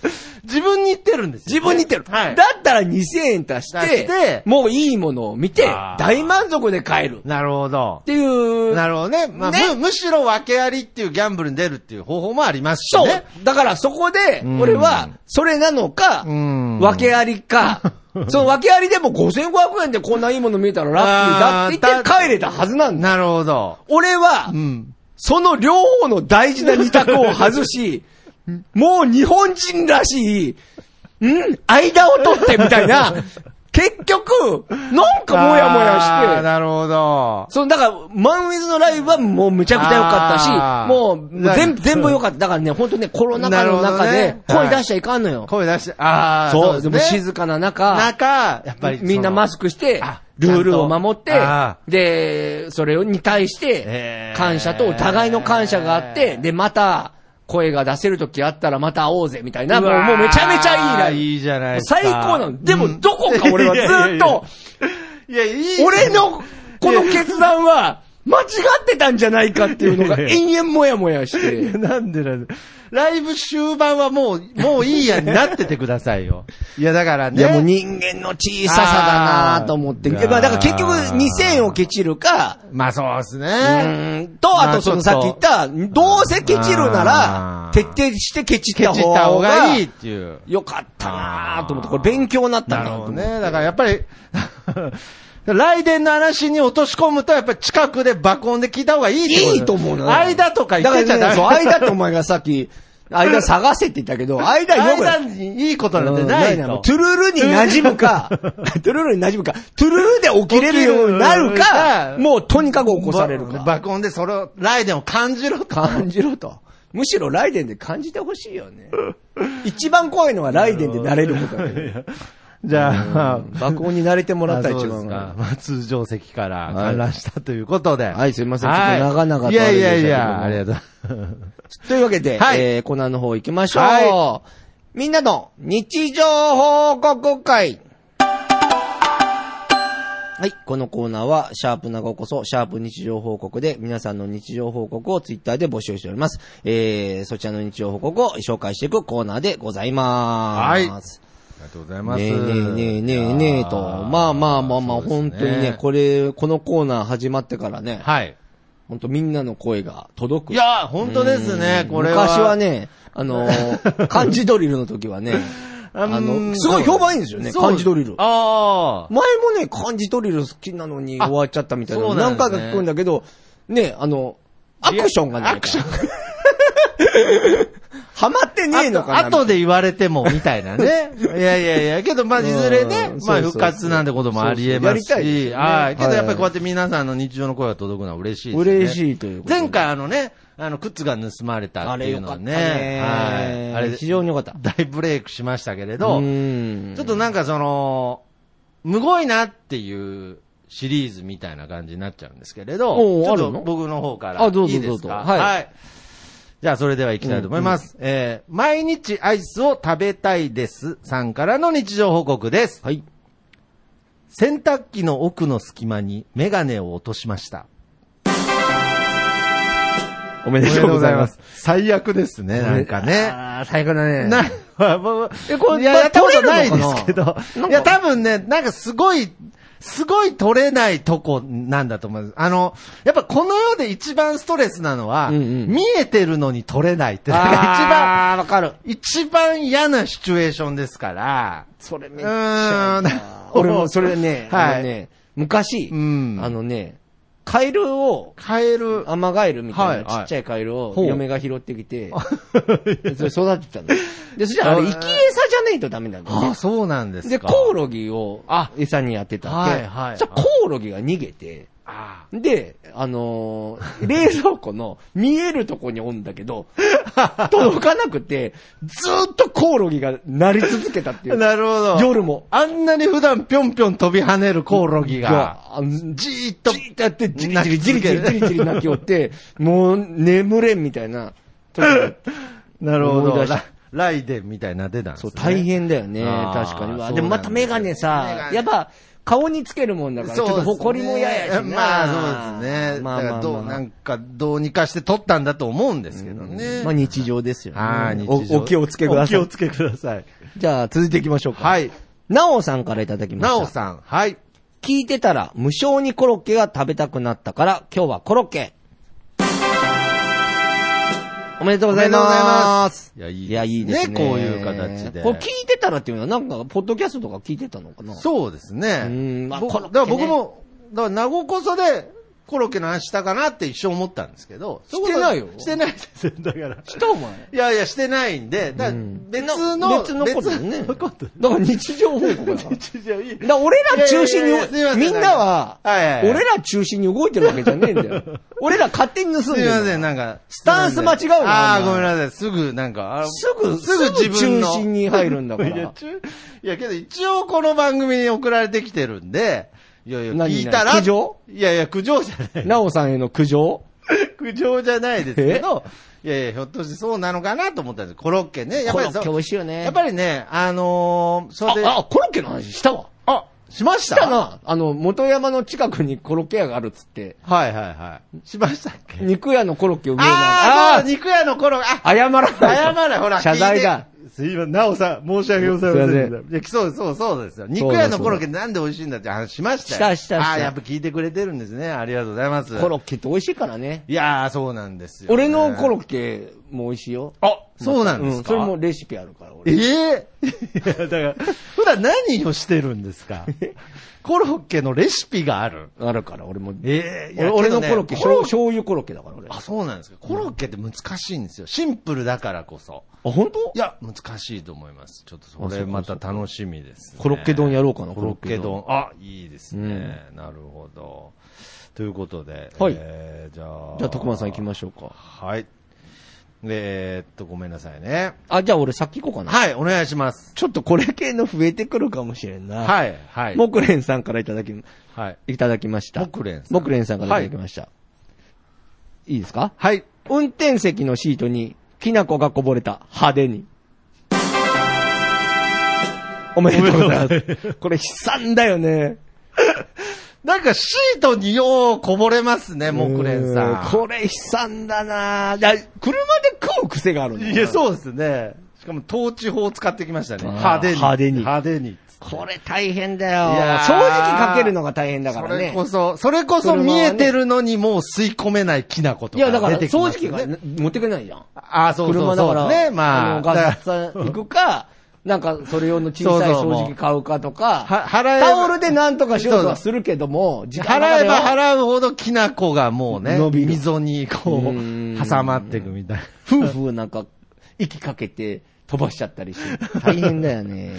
Speaker 2: 自分に言ってるんですよ
Speaker 1: 自分に言ってる。
Speaker 2: はい
Speaker 1: だ。ったら2000円足し
Speaker 2: 足
Speaker 1: て、
Speaker 2: して
Speaker 1: もういいものを見て
Speaker 2: あ、ー
Speaker 1: 大満足で買える。っ
Speaker 2: なるほど。
Speaker 1: ていう
Speaker 2: なるほどね。まあ、
Speaker 1: ね
Speaker 2: む、むしろ分けありっていうギャンブルに出るっていう方法もありますし
Speaker 1: そう。
Speaker 2: ね。
Speaker 1: だからそこで
Speaker 2: う、ん
Speaker 1: 俺は、それなのか、
Speaker 2: うん
Speaker 1: 訳あり か、その訳ありでも5500円でこんないいもの見えたらラッキーだって言って
Speaker 2: あーだ
Speaker 1: 帰れたはずなんだ。
Speaker 2: なるほど。
Speaker 1: 俺は
Speaker 2: う、ん。
Speaker 1: その両方の大事な二択を外し、もう日本人らしい、ん間を取ってみたい な、結局、なんかもやも
Speaker 2: あー
Speaker 1: やして、
Speaker 2: なるほど。
Speaker 1: その、だから、マンウィズのライブはもうむちゃくちゃ良か
Speaker 2: あ
Speaker 1: ったし、
Speaker 2: ー
Speaker 1: もう
Speaker 2: な
Speaker 1: 全部、全部良かった。だからね、本当ね、コロナ禍の中
Speaker 2: な
Speaker 1: で
Speaker 2: る、ほど
Speaker 1: 声
Speaker 2: ね
Speaker 1: 出しちゃいかんのよ。
Speaker 2: 声出して、ああ、
Speaker 1: そう、で
Speaker 2: で
Speaker 1: も
Speaker 2: すね
Speaker 1: 静かな中、
Speaker 2: 中、やっぱりその。
Speaker 1: みんなマスクして
Speaker 2: あ、
Speaker 1: ルールを
Speaker 2: ちゃんと
Speaker 1: 守って
Speaker 2: あ、
Speaker 1: で、それに対して
Speaker 2: へ、ー
Speaker 1: 感謝とお互いの感謝があって、で、また、声が出せる時あったらまた会おうぜ、みたいな、もう
Speaker 2: わー
Speaker 1: もうめちゃめちゃいいライブ。
Speaker 2: いいじゃないですか
Speaker 1: 最高なの。で
Speaker 2: う
Speaker 1: も、
Speaker 2: ん
Speaker 1: どこか 俺はずっと、
Speaker 2: いや、いい。
Speaker 1: 俺のこの決断は間違ってたんじゃないかっていうのが延々もやもやして。
Speaker 2: なんでなんで。ライブ終盤はもう、もういいやになっててくださいよ。いや、だからね。
Speaker 1: いやもう人間の小ささだなと思って。
Speaker 2: あー
Speaker 1: まあだから結局2000円をケチるか、
Speaker 2: まあそうですね。
Speaker 1: うーんと、あとそのさっき言った、どうせケチるなら
Speaker 2: あ、ー
Speaker 1: 徹底してケチっ
Speaker 2: ケチ
Speaker 1: た
Speaker 2: った
Speaker 1: 方
Speaker 2: 方
Speaker 1: が
Speaker 2: がいいっていう。
Speaker 1: よかったなと思って、これ勉強になった
Speaker 2: な
Speaker 1: なと
Speaker 2: るほ
Speaker 1: 思っ
Speaker 2: ど
Speaker 1: て。
Speaker 2: ね。だからやっぱり、 来電の話に落とし込むと、やっぱり近くで爆音で聞いた方がいいってこと
Speaker 1: いいと思うのよ
Speaker 2: 間とか言ってちゃ
Speaker 1: だ
Speaker 2: ダメ。
Speaker 1: からねそう、間ってお前がさっ き、間探せって言ったけど、間よくない
Speaker 2: 間にいいことなんてない
Speaker 1: うん
Speaker 2: と。
Speaker 1: トゥルルに馴染む か、トゥルルに馴染むか、トゥルルで起きれるようになるか、
Speaker 2: 起きる
Speaker 1: もうとにかく起こされる
Speaker 2: ば
Speaker 1: か。
Speaker 2: 爆音でそれを、ライデンを感じろと。
Speaker 1: 感じろと。むしろライデンで感じてほしいよね。一番怖いのはライデンで慣れることだけど。
Speaker 2: じゃあ、
Speaker 1: 爆音に慣れてもらったら
Speaker 2: あ
Speaker 1: 一
Speaker 2: そうです
Speaker 1: 番
Speaker 2: か
Speaker 1: は。
Speaker 2: まあ、通常席から観覧したということで。
Speaker 1: はいすいません
Speaker 2: は
Speaker 1: ちょっと長々とあれ
Speaker 2: い
Speaker 1: でしたけども
Speaker 2: やいやいや、ありがとう。
Speaker 1: というわけで、
Speaker 2: はい
Speaker 1: えーコーナーの方行きましょう。
Speaker 2: は
Speaker 1: みんなの日常報告会。はい。このコーナーは、シャープなごこそ、シャープ日常報告で、皆さんの日常報告をツイッターで募集しております。えー、そちらの日常報告を紹介していくコーナーでございます。
Speaker 2: りがとうございます。
Speaker 1: ねえねえねえねえねえと。まあまあまあまあ、本当にね、こ
Speaker 2: れ。
Speaker 1: れ、このコーナー始まってからね、
Speaker 2: はい。
Speaker 1: 本当みんなの声が届く。
Speaker 2: いやー、本当ですね、これは。
Speaker 1: 昔はね、あの ー、漢字ドリルの時はね、
Speaker 2: あの
Speaker 1: あの、すごい評判いいんですよね、
Speaker 2: そう
Speaker 1: 漢字ドリル。
Speaker 2: ああ。
Speaker 1: 前もね、漢字ドリル好きなのに終わっちゃったみたいな
Speaker 2: あ
Speaker 1: の
Speaker 2: そうなん
Speaker 1: 何
Speaker 2: ですね
Speaker 1: 回か聞くんだけど、ね、あの、アクションがないから。
Speaker 2: アクショ
Speaker 1: ン ハマってねえのかな
Speaker 2: あと後で言われても、みたいな ね。いやいやいや、けど、まあ、いずれね
Speaker 1: うん、そ
Speaker 2: ま
Speaker 1: うそう
Speaker 2: あ、復活なんてこともあり得ます
Speaker 1: そうそうやりたいです
Speaker 2: し、
Speaker 1: ね
Speaker 2: はい。けど、やっぱりこうや
Speaker 1: は
Speaker 2: って皆さんの日常の声が届くのは嬉しいですね。
Speaker 1: 嬉しいということで
Speaker 2: 前回あのね、あの、靴が盗まれた
Speaker 1: あ
Speaker 2: ってい
Speaker 1: れ
Speaker 2: う
Speaker 1: よ
Speaker 2: の
Speaker 1: か
Speaker 2: は
Speaker 1: った
Speaker 2: ね、
Speaker 1: ね。
Speaker 2: はい。あれ、
Speaker 1: 非常によかった。
Speaker 2: 大ブレイクしましたけれ
Speaker 1: う
Speaker 2: ど、
Speaker 1: ん
Speaker 2: ちょっとなんかその、むごいなっていうシリーズみたいな感じになっちゃうんですけれど、
Speaker 1: おう
Speaker 2: ちょっ
Speaker 1: あ
Speaker 2: と
Speaker 1: るの
Speaker 2: 僕の方から。
Speaker 1: あどうぞ
Speaker 2: いいですか
Speaker 1: どうぞ
Speaker 2: は。
Speaker 1: はいい
Speaker 2: じゃあ、それでは行きたいと思います。えー、毎日アイスを食べたいです。さんからの日常報告です。
Speaker 1: はい。
Speaker 2: 洗濯機の奥の隙間にメガネを落としました。
Speaker 1: おめ
Speaker 2: お
Speaker 1: でとうございます。。
Speaker 2: 最悪ですね、なんかね。
Speaker 1: あー最高だね。
Speaker 2: な、 僕
Speaker 1: えこれ
Speaker 2: いや、やったこと
Speaker 1: 取
Speaker 2: な
Speaker 1: れ
Speaker 2: い
Speaker 1: るのか
Speaker 2: で
Speaker 1: な
Speaker 2: すけど
Speaker 1: な。んか
Speaker 2: いや、多分ね、なんかすごい、すごい取れないとこなんだと思います。あの、やっぱこの世で一番ストレスなのは、
Speaker 1: うんうん
Speaker 2: 見えてるのに取れないって、なんか
Speaker 1: あー、わかる。
Speaker 2: 一番、一番嫌なシチュエーションですから、
Speaker 1: それめ
Speaker 2: う
Speaker 1: っちゃ
Speaker 2: ーん。
Speaker 1: 俺もそれね、
Speaker 2: はい
Speaker 1: あのね、昔、
Speaker 2: うん
Speaker 1: あのね、カエルを、
Speaker 2: カエル、
Speaker 1: アマガエルみたいな
Speaker 2: はい
Speaker 1: ちっちゃいカエルを
Speaker 2: ほう
Speaker 1: 嫁が拾ってきて、それ育てたの。 で、そしたらあれ、
Speaker 2: あー
Speaker 1: 生き餌じゃねえとダメなんだよ
Speaker 2: あ
Speaker 1: ね
Speaker 2: あ、。そうなんです
Speaker 1: で、
Speaker 2: か。
Speaker 1: コオロギを
Speaker 2: あ
Speaker 1: 餌にやってたんで、
Speaker 2: はいはい
Speaker 1: そしたらコオロギが逃げて、
Speaker 2: あ
Speaker 1: で、あの ー冷蔵庫の見えるとこにおんだけ ど、届かなくて、ずーっとコオロギが鳴り続けたってい
Speaker 2: あ。
Speaker 1: う。
Speaker 2: なるほど。
Speaker 1: 夜も。
Speaker 2: あんなに普段ぴょんぴょん飛び跳ねるコオロギが。
Speaker 1: あの
Speaker 2: じーっと
Speaker 1: じーっとやって、じりじりじりじりじりじり泣きよって、もう眠れんみたいな時があって。
Speaker 2: なるほ
Speaker 1: 思い
Speaker 2: ど。
Speaker 1: 出した
Speaker 2: ラライデンみたいな出たんで
Speaker 1: そ
Speaker 2: す、ね、
Speaker 1: う、大変だよね。
Speaker 2: あー
Speaker 1: 確かに。うわ
Speaker 2: そうなんですよ
Speaker 1: でもまたメガネ
Speaker 2: メガ
Speaker 1: さ、
Speaker 2: ネ
Speaker 1: やっぱ、顔につけるもんだから、ちょっ
Speaker 2: そ
Speaker 1: と
Speaker 2: うですね
Speaker 1: 埃も嫌やしな。
Speaker 2: まあそうですね。まあだからどう、なんかどうにかして撮ったんだと思うんですけどね。
Speaker 1: まあ日常ですよね。
Speaker 2: はい、日常
Speaker 1: おお気をつけくださ
Speaker 2: お気を
Speaker 1: い。
Speaker 2: つけください。
Speaker 1: じゃあ続いていきましょうか。
Speaker 2: はい。
Speaker 1: なおさんからいただきました。
Speaker 2: なおさん、はい。
Speaker 1: 聞いてたら無性にコロッケが食べたくなったから、今日はコロッケ。おめでとうございます。
Speaker 2: おめでとうございますいやいいですね
Speaker 1: いや、いいですね。
Speaker 2: こういう形で
Speaker 1: これ聞いてたらっていうのは、なんか、ポッドキャストとか聞いてたのかな
Speaker 2: そうですね。
Speaker 1: うんまあ
Speaker 2: 僕
Speaker 1: コロッ
Speaker 2: だから
Speaker 1: ケね
Speaker 2: 僕も、だから名古こそで、コロッケの話したかなって一生思ったんですけど。
Speaker 1: してないよ
Speaker 2: してないですよだから。
Speaker 1: したお前。
Speaker 2: いやいや、してないんで、だから別の、
Speaker 1: 別のことだよ ね。
Speaker 2: 別のこと
Speaker 1: だから日常報 告だから。
Speaker 2: いやいや
Speaker 1: だから俺ら中心
Speaker 2: いやいやいやすいませ
Speaker 1: に、
Speaker 2: ん
Speaker 1: みんなは、
Speaker 2: はいはいはい
Speaker 1: 俺ら中心に動いてるわけじゃねえんだ よ。俺ら勝手に盗ん
Speaker 2: す
Speaker 1: で
Speaker 2: い
Speaker 1: る。
Speaker 2: ません、なんか。
Speaker 1: スタンス間違うな
Speaker 2: ああー、
Speaker 1: お前
Speaker 2: ごめんなさい。すぐ、なんか、あ
Speaker 1: すぐ、すぐ自分中心に入るんだか
Speaker 2: いや、
Speaker 1: ら。
Speaker 2: 中いや、けど一応この番組に送られてきてるんで、いやいや、
Speaker 1: 何
Speaker 2: 聞いたら。
Speaker 1: 苦情
Speaker 2: いやいや、苦情じゃ ない。
Speaker 1: なおさんへの苦情
Speaker 2: 苦情じゃないですけど、いやいや、ひょっとしてそうなのかなと思ったんです。コロッケね。やっぱり
Speaker 1: コロッケ美味しいよね
Speaker 2: やっぱりね、あのー、それで、
Speaker 1: あ、あ、コロッケの話したわ。あ、
Speaker 2: しまし
Speaker 1: したたな。あの、元山の近くにコロッケ屋があるっつって、
Speaker 2: はいはいはい。しましたっけ
Speaker 1: 肉屋のコロッケを見えない。
Speaker 2: あーあ
Speaker 1: あ
Speaker 2: 肉屋のコロッケ、あ、
Speaker 1: ー、謝らない。
Speaker 2: 謝れ、ほら。
Speaker 1: 謝罪だ。
Speaker 2: 聞いて。すいません、なおさん、申し訳ございません
Speaker 1: すいま
Speaker 2: いや、そうそうそうですよ。肉屋のコロッケなんで美味しいんだって話しました
Speaker 1: した
Speaker 2: よ。
Speaker 1: したした
Speaker 2: ああ、やっぱ聞いてくれてるんですね。ありがとうございます。
Speaker 1: コロッケって美味しいからね。
Speaker 2: いやー、そうなんですよ、
Speaker 1: 俺のコロ
Speaker 2: ッ
Speaker 1: ッケも美味しいよ。
Speaker 2: あ、そうなんです
Speaker 1: ん、
Speaker 2: か、
Speaker 1: それもレシピあるから、俺。
Speaker 2: ええいや、だから、普段何をしてるんですか コロッケのレシピがある。
Speaker 1: あるから、俺も。
Speaker 2: ええいや
Speaker 1: 俺俺のコロッケ、
Speaker 2: けどね
Speaker 1: 醤醤油コロッケだから、俺。
Speaker 2: あ、そうなんですか。コロッケって難しいんですよ。シンプルだからこそ。
Speaker 1: 本当
Speaker 2: いや、難しいと思います。ちょっとそれまた楽しみです、ね。
Speaker 1: コロッケ丼やろうかな、
Speaker 2: コロッケ丼。あ、いいですね、なるほど。ということで。
Speaker 1: はい
Speaker 2: えーじゃあ。
Speaker 1: じゃあ、徳間さん行き
Speaker 2: ま
Speaker 1: ましょうか。
Speaker 2: はい。えーっと、ごめんなさいね。
Speaker 1: あ、じゃあ俺先行こうかな。
Speaker 2: はい、お願いします。
Speaker 1: ちょっとこれ系の増えてくるかもしれんな。い。
Speaker 2: はい、はい。
Speaker 1: 木蓮さんからいただき、
Speaker 2: はい。
Speaker 1: いただきました。
Speaker 2: 木蓮さん
Speaker 1: 木蓮さんからいただきました。い、いですか
Speaker 2: はい。
Speaker 1: 運転席のシートに、きな粉がこぼれた、派手に。おめでとうございます。これ悲惨だよね。
Speaker 2: なんかシートにようこぼれますね、もうクレンさん。
Speaker 1: これ悲惨だなぁ。だ車で食う癖があるね
Speaker 2: いや、そうですね。しかも、統治法を使ってきましたね。
Speaker 1: あー
Speaker 2: 派手に。
Speaker 1: 派手に
Speaker 2: 派手に。
Speaker 1: これ大変だ
Speaker 2: いや
Speaker 1: よ
Speaker 2: ー。
Speaker 1: 正直かけるのが大変だか
Speaker 2: そ
Speaker 1: ら
Speaker 2: れ
Speaker 1: ね
Speaker 2: こ。そ、それこそ見えてるのにもう吸い込めないきなこと
Speaker 1: いや、だか
Speaker 2: が
Speaker 1: ら
Speaker 2: 出てきま
Speaker 1: 掃
Speaker 2: す
Speaker 1: 除
Speaker 2: ね
Speaker 1: 機が持ってくれないじゃん。
Speaker 2: ああ、そうそ
Speaker 1: 車
Speaker 2: う
Speaker 1: だ
Speaker 2: そ
Speaker 1: から、
Speaker 2: うね。ま
Speaker 1: あ
Speaker 2: あ、
Speaker 1: の、ガ
Speaker 2: だ
Speaker 1: スさん行くか、なんかそれ用の小さい
Speaker 2: そうそう
Speaker 1: 掃除機買うかとか、
Speaker 2: は払えば
Speaker 1: タオルでなんとかしようとはするけども、時間
Speaker 2: 払えば
Speaker 1: え
Speaker 2: 払うほどきな粉がもうね、
Speaker 1: 伸びる
Speaker 2: 溝に
Speaker 1: う
Speaker 2: こう、
Speaker 1: ーん
Speaker 2: 挟まっていくみたいな。
Speaker 1: 夫婦なんか息かけて飛ばしちゃったりして、大変だよ ね。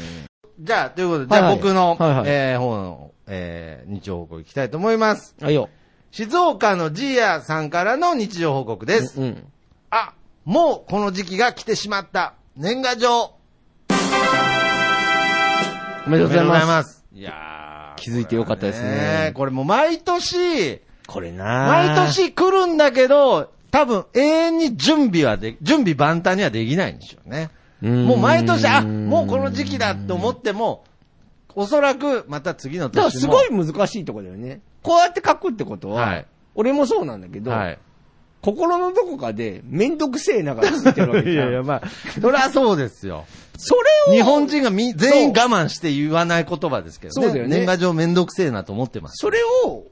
Speaker 2: じゃあ、ということで、じゃ
Speaker 1: は
Speaker 2: あ
Speaker 1: いはい
Speaker 2: 僕の、
Speaker 1: はいはい
Speaker 2: えー方の、えー日常報告いきたいと思います。
Speaker 1: あよ。
Speaker 2: 静岡のジーヤさんからの日常報告です。
Speaker 1: うん。
Speaker 2: あ、もうこの時期が来てしまった。年賀状。
Speaker 1: おめでとうございます。
Speaker 2: す。いやー
Speaker 1: 気づいてよかったですね
Speaker 2: えこれもう毎年、
Speaker 1: これな
Speaker 2: 毎。年来るんだけど、多分永遠に準備はで、準備万端にはできないんでしょうね。
Speaker 1: うーん
Speaker 2: もう毎年、あ、もうこの時期だと思っても、おそらくまた次の
Speaker 1: だから
Speaker 2: 年
Speaker 1: す
Speaker 2: も。
Speaker 1: ごい難しいとこだよね。こうやって書くってことは、
Speaker 2: はい
Speaker 1: 俺もそうなんだけど、
Speaker 2: はい。
Speaker 1: 心のどこかでめんどくせえながらついてるわけ
Speaker 2: い
Speaker 1: じゃん。
Speaker 2: やいや、まあ、そりゃそうですよ。
Speaker 1: それを、
Speaker 2: 日本人がみ全員我慢して言わない言葉ですけどね。
Speaker 1: そうだよね
Speaker 2: 年賀状めんどくせえなと思ってます。
Speaker 1: それを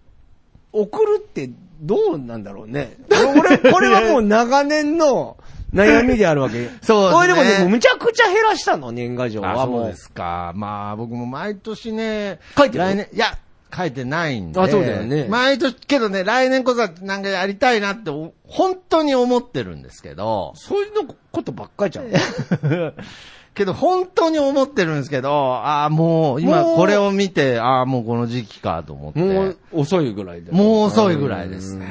Speaker 1: 送るってどうなんだろうね。俺、これはもう長年の悩みであるわけ。
Speaker 2: そうですね
Speaker 1: これでもね、もうむちゃくちゃ減らしたの、年賀状
Speaker 2: あ
Speaker 1: は
Speaker 2: そう
Speaker 1: もう
Speaker 2: で。すか。まあ、僕も毎年ね、
Speaker 1: 書いてる
Speaker 2: 来年、いや、書いてないんで。
Speaker 1: あそうだよね
Speaker 2: 毎年、けどね、来年こそはなんかやりたいなって、お本当に思ってるんですけど、
Speaker 1: そういうのことばっかりじゃん。
Speaker 2: けど本当に思ってるんですけど、ああ、もう、今
Speaker 1: もう
Speaker 2: これを見て、ああ、もうこの時期かと思って。
Speaker 1: もう遅いぐらいだよ
Speaker 2: もう遅いぐらいですね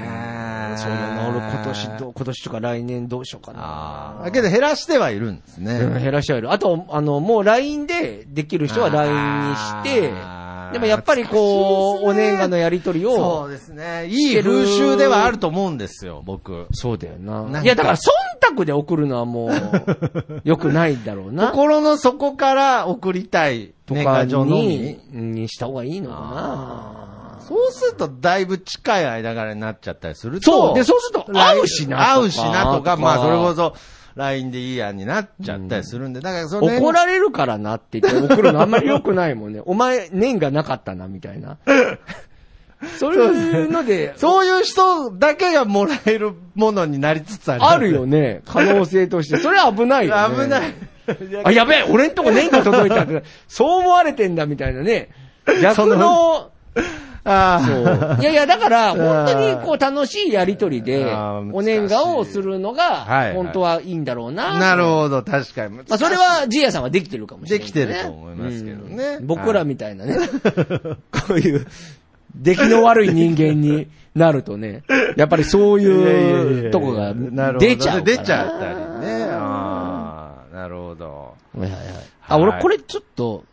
Speaker 1: うんそうだな、俺今年どう、今年とか来年どうしようか
Speaker 2: あ
Speaker 1: な。
Speaker 2: あ。けど減らしてはいるんです
Speaker 1: うん
Speaker 2: ね。
Speaker 1: 減らしちゃうよ。あと、あの、もう LINE でできる人は LINE にして
Speaker 2: あ、ー
Speaker 1: でもやっぱりこう、お
Speaker 2: 懐かしいですね
Speaker 1: 年賀のやりとり
Speaker 2: そ
Speaker 1: を、
Speaker 2: うですね。いい風習ではあると思うんですよ、僕。
Speaker 1: そうだよ
Speaker 2: なんか
Speaker 1: な。いや、だから忖度で送るのは もう、良くないだろうな。
Speaker 2: 心の底から送りたい
Speaker 1: と
Speaker 2: 年
Speaker 1: か
Speaker 2: 賀状のみ
Speaker 1: に。、にした方がいいのかな。
Speaker 2: そうすると、だいぶ近い間柄になっちゃったりすると。
Speaker 1: そう。で、そうすると、
Speaker 2: 来
Speaker 1: 合うしなとか。
Speaker 2: 合うしなとか、まあ、それこそ、LINE でいいやんになっちゃったりするんで、だから、その
Speaker 1: 怒られるからなって言って送るのあんまり良くないもん ね。お前、年がなかったな、みたいな。そういうので、
Speaker 2: そういう人だけがもらえるものになりつつある。
Speaker 1: あるよね。可能性として。それは危ないよね。
Speaker 2: 危ない。。
Speaker 1: あ、やべえ、俺んとこ年が届いたって、そう思われてんだ、みたいなね。逆の、
Speaker 2: あ
Speaker 1: そ
Speaker 2: あ
Speaker 1: う。いやいや、だから、本当にこう楽しいやりとりで
Speaker 2: あー、
Speaker 1: お年賀をするの
Speaker 2: はいは
Speaker 1: が
Speaker 2: い、
Speaker 1: 本当はいいんだろうな。
Speaker 2: なるほど、確かに。
Speaker 1: まあ、それは、ジーヤさんはできてるかもしれない、
Speaker 2: できてると思いますけどね
Speaker 1: うん僕らみたいなね、 こういう、出来の悪い人間になるとね、やっぱりそういうとこが
Speaker 2: なるほど
Speaker 1: 出ちゃうから。
Speaker 2: 出ちゃったりね。ああ、なるほど。
Speaker 1: はいはいはい。あ、
Speaker 2: はい
Speaker 1: 俺これちょっと、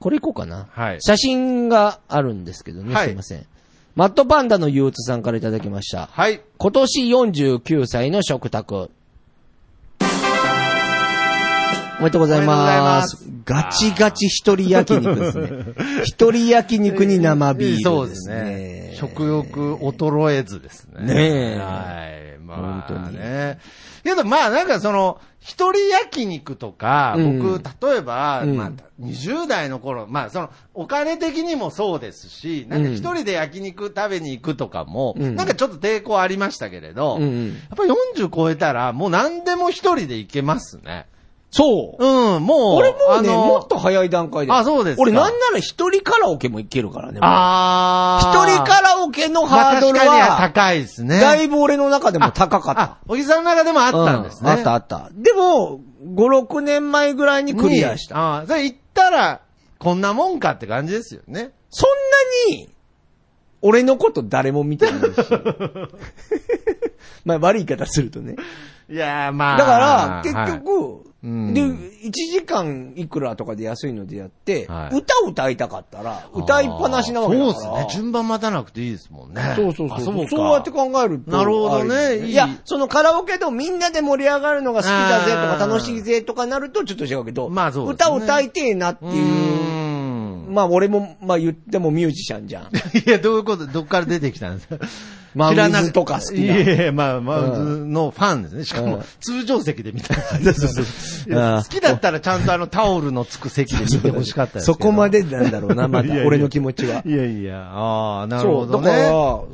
Speaker 1: これいこうかな。
Speaker 2: はい
Speaker 1: 写真があるんですけどね、
Speaker 2: はい
Speaker 1: すいません。マットパンダの憂鬱さんからいただきました。
Speaker 2: はい。
Speaker 1: 今年49歳の食卓。おめでとうございます。
Speaker 2: おめ
Speaker 1: ガチガチ一人焼肉ですね。 一人焼肉に生ビー
Speaker 2: そう
Speaker 1: ル
Speaker 2: で
Speaker 1: ですす
Speaker 2: ね
Speaker 1: ね。。
Speaker 2: 食欲衰えずですね。
Speaker 1: ねえ
Speaker 2: はい。ま
Speaker 1: 本
Speaker 2: あ
Speaker 1: 当に
Speaker 2: ね。けどまあなんかその、一人焼肉とか、
Speaker 1: うん
Speaker 2: 僕、例えば、
Speaker 1: うん
Speaker 2: まあ、20代の頃、まあその、お金的にもそうですし、なんか一人で焼肉食べに行くとかも、
Speaker 1: うん
Speaker 2: なんかちょっと抵抗ありましたけれど、
Speaker 1: うんうん
Speaker 2: やっぱ40超えたら、もう何でも一人で行けますね。
Speaker 1: そう。
Speaker 2: うん、もう。
Speaker 1: 俺もうね、
Speaker 2: あの
Speaker 1: もっと早い段階で。
Speaker 2: あそうですか
Speaker 1: 俺なんなら一人カラオケもいけるからね。
Speaker 2: あ
Speaker 1: 一
Speaker 2: ー
Speaker 1: 人カラオケのハードル
Speaker 2: まあ確かに
Speaker 1: は、
Speaker 2: 高いですね。
Speaker 1: だいぶ俺の中でも高かった
Speaker 2: あ。、小木さんの中でもあったんですね。
Speaker 1: うあったあった。でも、5、6年前ぐらいにクリアした。
Speaker 2: ああ、それ行ったら、こんなもんかって感じですよね。
Speaker 1: そんなに、俺のこと誰も見てない し。まあ悪い言い方するとね。
Speaker 2: いやーまあ。
Speaker 1: だから、結局、
Speaker 2: うん
Speaker 1: で、1時間いくらとかで安いのでやって、
Speaker 2: はい
Speaker 1: 歌を歌いたかったら、歌いっぱなしなわけだ
Speaker 2: そ
Speaker 1: か
Speaker 2: う
Speaker 1: ら。
Speaker 2: ですね。順番待たなくていいですもんね。
Speaker 1: そうそう
Speaker 2: あ
Speaker 1: そう。
Speaker 2: か
Speaker 1: そうやって考えると。
Speaker 2: なるほどね
Speaker 1: あれです
Speaker 2: いい
Speaker 1: いや、そのカラオケとみんなで盛り上がるのが好きだぜと
Speaker 2: あー
Speaker 1: か楽しいぜとかなるとちょっと違うけど、
Speaker 2: まあそうですね
Speaker 1: 歌を歌いてえなって
Speaker 2: う
Speaker 1: いう
Speaker 2: ーん
Speaker 1: まあ俺も、まあ言ってもミュージシャンじゃん。
Speaker 2: いや、どういうこと、どっから出てきたんですか
Speaker 1: マウ
Speaker 2: 知らな
Speaker 1: イズとか好き
Speaker 2: い
Speaker 1: な。
Speaker 2: やいや、まあ、マウズのファンですね。しか
Speaker 1: うん
Speaker 2: も、通常席で見たい
Speaker 1: そうそうそう
Speaker 2: いや
Speaker 1: あー
Speaker 2: 好きだったらちゃんとあのタオルのつく席で見てほしかったですけ
Speaker 1: そ
Speaker 2: ど
Speaker 1: こまでなんだろう な、ま
Speaker 2: いやい
Speaker 1: た。
Speaker 2: や
Speaker 1: 俺の気持ちは。
Speaker 2: いやいや、ああ、なる
Speaker 1: そ
Speaker 2: ほ
Speaker 1: う、だ
Speaker 2: ど
Speaker 1: か
Speaker 2: ね。
Speaker 1: ら、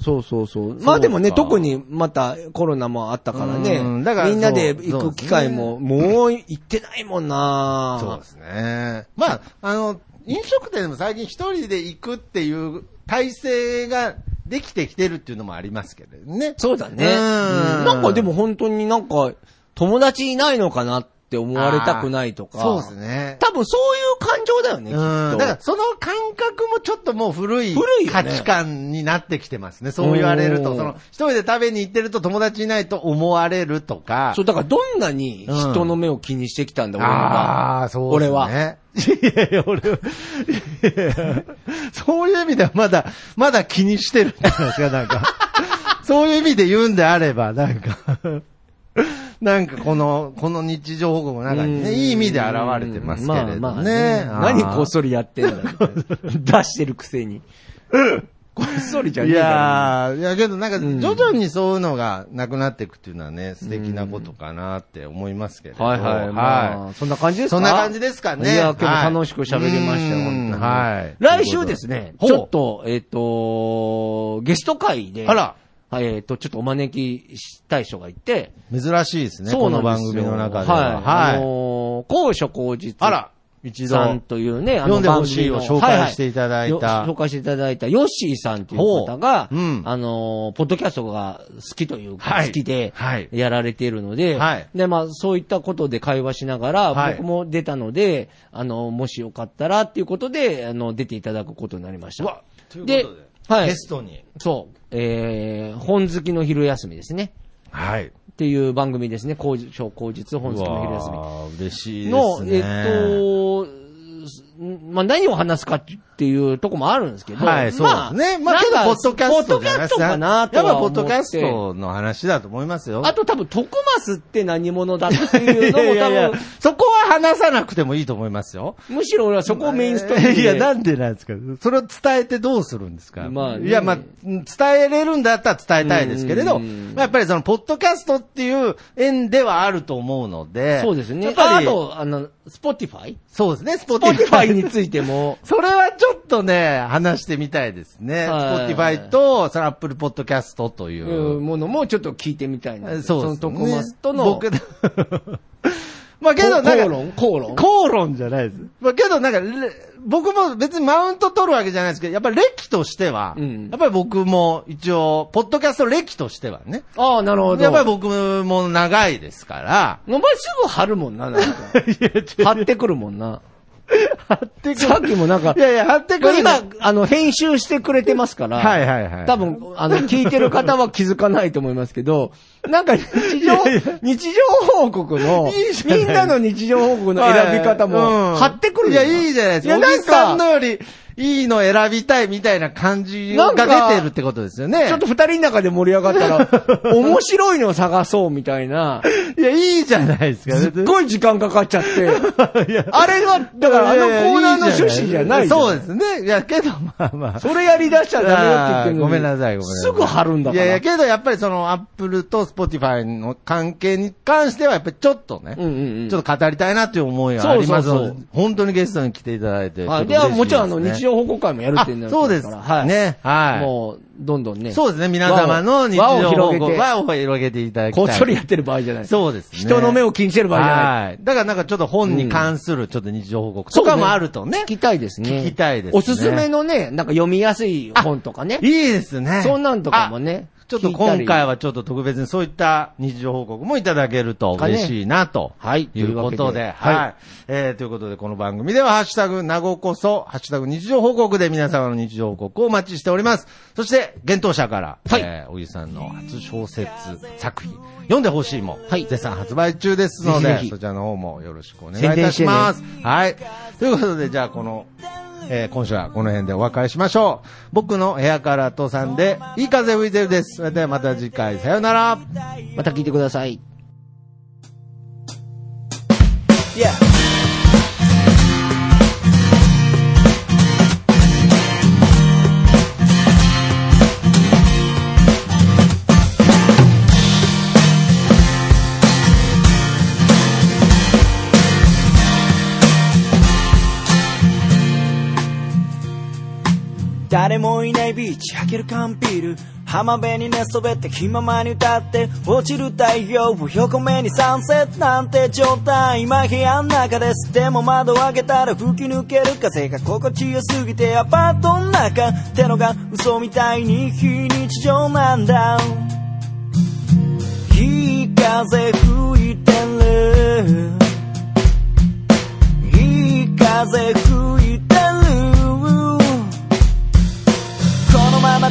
Speaker 1: そうそうそう。まあでもね、
Speaker 2: そうか
Speaker 1: 特にまたコロナもあったから
Speaker 2: うん
Speaker 1: ね、
Speaker 2: だから
Speaker 1: みんなで
Speaker 2: そ
Speaker 1: 行
Speaker 2: う
Speaker 1: く機会も、もう行ってないもんな
Speaker 2: そうですね。まあ、あの、飲食店でも最近一人で行くっていう体制ができてきてるっていうのもありますけどね。
Speaker 1: そうだね。
Speaker 2: う
Speaker 1: うんんなんかでも本当になんか、友達いないのかなって思われたくないとか。
Speaker 2: そうです。ね。
Speaker 1: 多分そういう感情だよね、きっ
Speaker 2: うん。
Speaker 1: と。
Speaker 2: だからその感覚もちょっともう古い
Speaker 1: 古いよね
Speaker 2: 価値観になってきてますね。そう言われる
Speaker 1: う
Speaker 2: と。
Speaker 1: ん
Speaker 2: その、一人で食べに行ってると友達いないと思われるとか。
Speaker 1: そう、だからどんなに人の目を気にしてきたんだ、俺は。
Speaker 2: ああ、そうで
Speaker 1: 俺
Speaker 2: すね。
Speaker 1: は。
Speaker 2: いやいや、俺は、いやいやそういう意味ではまだ、まだ気にしてるんじゃないですか、なんか。そういう意味で言うんであれば、なんか。なんかこの、この日常報告の中に
Speaker 1: う
Speaker 2: ね、
Speaker 1: ん
Speaker 2: いい意味で現れてますけれどね。
Speaker 1: まあまあね
Speaker 2: あー
Speaker 1: 何こっそりやってんだみたい な出してるくせに。こっそりじゃね
Speaker 2: い
Speaker 1: えか
Speaker 2: やーいやけどなんか
Speaker 1: ん
Speaker 2: 徐々にそういうのがなくなっていくっていうのはね、素敵なことかなって思いますけれど。
Speaker 1: ら。はいはい。まあ、そんな感じですか
Speaker 2: そんな感じですかね
Speaker 1: いや、今日も楽しく喋りましたよ、
Speaker 2: はい
Speaker 1: 本当に
Speaker 2: はい
Speaker 1: 来週ですね、
Speaker 2: ほう
Speaker 1: ちょっと、えっと、ゲスト会で、
Speaker 2: あら
Speaker 1: はい、えっと、ちょっとお招きしたい人がいて、
Speaker 2: 珍しいですね、
Speaker 1: そ
Speaker 2: こ
Speaker 1: うな
Speaker 2: の
Speaker 1: んですよ。
Speaker 2: 番組の中で
Speaker 1: はい。
Speaker 2: は。
Speaker 1: あ
Speaker 2: はい。
Speaker 1: のー、高所高実。
Speaker 2: あら、一度。
Speaker 1: さん
Speaker 2: は
Speaker 1: というね、あ
Speaker 2: 読んでほしいを
Speaker 1: 番組の
Speaker 2: 紹介していただいた
Speaker 1: ははよ紹介していただいた、ヨッシーさんという方が、
Speaker 2: ほううん
Speaker 1: あのー、ポッドキャストが好きというか、
Speaker 2: はい
Speaker 1: 好きで、
Speaker 2: はい
Speaker 1: やられているので、
Speaker 2: はい
Speaker 1: で、まあ、そういったことで会話しながら、
Speaker 2: はい
Speaker 1: 僕も出たので、あのー、もしよかったらっていうことで、あの、出ていただくことになりました。
Speaker 2: うわということで
Speaker 1: はい。
Speaker 2: ゲストに。
Speaker 1: そう。えー、本好きの昼休みですね。
Speaker 2: はい。
Speaker 1: っていう番組ですね。高日、小高日、本好きの昼休み。
Speaker 2: み。嬉しいです
Speaker 1: の、
Speaker 2: ね。
Speaker 1: えっと、んまあ、何を話すかっていうとこもあるんですけど。
Speaker 2: はい、そうですね。まあ、
Speaker 1: なん
Speaker 2: けど
Speaker 1: か、
Speaker 2: ポッドキャストじゃないです
Speaker 1: ポッドキャストかなと
Speaker 2: やっぱ
Speaker 1: は
Speaker 2: ポ
Speaker 1: 思
Speaker 2: ッ
Speaker 1: って。
Speaker 2: ドキャストの話だと思いますよ。
Speaker 1: あと多分、徳スって何者だっていうのも
Speaker 2: いやいや
Speaker 1: 多
Speaker 2: いや
Speaker 1: 分、
Speaker 2: そこは話さなくてもいいと思いますよ。
Speaker 1: むしろ俺はそこをメインストーリーで。
Speaker 2: いや、なんでなんですかそれを伝えてどうするんですか
Speaker 1: まあね
Speaker 2: いや、まあ、伝えれるんだったら伝えたいですけれど、
Speaker 1: うん
Speaker 2: まあやっぱりその、ポッドキャストっていう縁ではあると思うので、
Speaker 1: そうですね。
Speaker 2: やっぱ
Speaker 1: あ
Speaker 2: り、
Speaker 1: と、あの、スポティファイ
Speaker 2: そうですね、スポ
Speaker 1: スポティファイに
Speaker 2: に。
Speaker 1: ついても
Speaker 2: 、それはちょっとね、話してみたいですね。スポ
Speaker 1: はい
Speaker 2: ティファイと、そのアップルポッドキャストというう。
Speaker 1: んものもちょっと聞いてみたいな。
Speaker 2: そうですね。
Speaker 1: の徳スとの、
Speaker 2: 僕 まあけ
Speaker 1: 口
Speaker 2: ど、なんか、
Speaker 1: 論口論
Speaker 2: 口論じゃないです。まあ、けどなんか、れ僕も別にマウント取るわけじゃないですけど、やっぱり歴としては、
Speaker 1: うん
Speaker 2: やっぱり僕も一応、ポッドキャスト歴としてはね、
Speaker 1: ああ、なるほど。
Speaker 2: やっぱり僕も長いです から、
Speaker 1: お前すぐ貼るもんな、なんか。貼ってくるもん な。
Speaker 2: 貼って
Speaker 1: さっきもなんか
Speaker 2: い、やいや、貼ってくるの
Speaker 1: 今、あの、編集してくれてますから。
Speaker 2: はいはいはい
Speaker 1: 多分、あの、聞いてる方は気づかないと思いますけど、なんか日常、日常報告の
Speaker 2: いいじゃない
Speaker 1: みんなの日常報告の選び方
Speaker 2: はいうん
Speaker 1: も、貼ってくる
Speaker 2: いや、いいじゃないですか。
Speaker 1: いや、な
Speaker 2: お
Speaker 1: ん
Speaker 2: じさんの
Speaker 1: か、
Speaker 2: より、いいの選びたいみたいな感じが出てるってことですよね。
Speaker 1: ちょっと二人の中で盛り上がった ら、面白いのを探そうみたいな、
Speaker 2: いや、いいじゃないですか。
Speaker 1: すっごい時間かかっちゃって、
Speaker 2: いや
Speaker 1: あれは、だからあのコーナーの趣旨じゃないじゃん
Speaker 2: そうですね。いや、けど、まあまあ。
Speaker 1: それやり出しちゃダメよって言ってるのに
Speaker 2: あーごめんなさい、ごめんなさ
Speaker 1: す
Speaker 2: い。
Speaker 1: ぐ貼るんだから。
Speaker 2: いやいや、けどやっぱりその、アップルとスポティファイの関係に関しては、やっぱりちょっとね、
Speaker 1: うんうんうん
Speaker 2: ちょっと語りたいなという思いはありますので、
Speaker 1: そうそうそう
Speaker 2: 本当にゲストに来ていただいて。
Speaker 1: はい。
Speaker 2: と
Speaker 1: で
Speaker 2: ても
Speaker 1: は、
Speaker 2: 嬉しい
Speaker 1: もちろん、あの、
Speaker 2: ですね
Speaker 1: 日常報告会もやるっていうのは
Speaker 2: あそうです。
Speaker 1: から
Speaker 2: は。
Speaker 1: はいい。
Speaker 2: ね。はい。
Speaker 1: もう、どんどんね。
Speaker 2: そうですね。皆様の日
Speaker 1: 輪を
Speaker 2: 常報告
Speaker 1: 輪
Speaker 2: 輪
Speaker 1: を広
Speaker 2: を広げていただ
Speaker 1: げて、
Speaker 2: きたい。
Speaker 1: こっそりやってる場合じゃない。
Speaker 2: そうですね。
Speaker 1: 人の目を気にしてる場合じゃない。
Speaker 2: はい。だからなんかちょっと本に関するちょっと日常報告とかもあるとね
Speaker 1: 聞。きたいですね。
Speaker 2: 聞きたいですね
Speaker 1: おすすめのね、なんか読みやすい本とかね
Speaker 2: い。いですね。
Speaker 1: そんなんとかもね
Speaker 2: あ。ちょっと今回はちょっと特別にそういった日常報告もいただけると嬉しいなと。
Speaker 1: はい
Speaker 2: い。うことで。
Speaker 1: というわけで
Speaker 2: はい。
Speaker 1: はい
Speaker 2: えー、ということでこの番組ではハッシュタグ、なごこそ、ハッシュタグ日常報告で皆様の日常報告をお待ちしております。そして、幻冬者から、
Speaker 1: はい
Speaker 2: えー、おじさんの初小説作品、読んでほしいも、
Speaker 1: はい
Speaker 2: 絶賛発売中ですので、
Speaker 1: ぜひぜひ
Speaker 2: そちらの方もよろしくお願いいたします。はい。ということで、じゃあこの、えー今週はこの辺でお別れしましょう。僕のヘアカラーとさんで、いい風吹いてるです。それではまた次回、さようなら。
Speaker 1: また聞いてください。
Speaker 4: 「誰もいないビーチ開ける缶ビール浜辺に寝そべって気ままに歌って落ちる太陽を横目にサンセットなんて状態今部屋の中ですでも窓を開けたら吹き抜ける風が心地よすぎてアパートの中ってのが嘘みたいに非日常なんだいい風吹いてるいい風吹いてるこのまま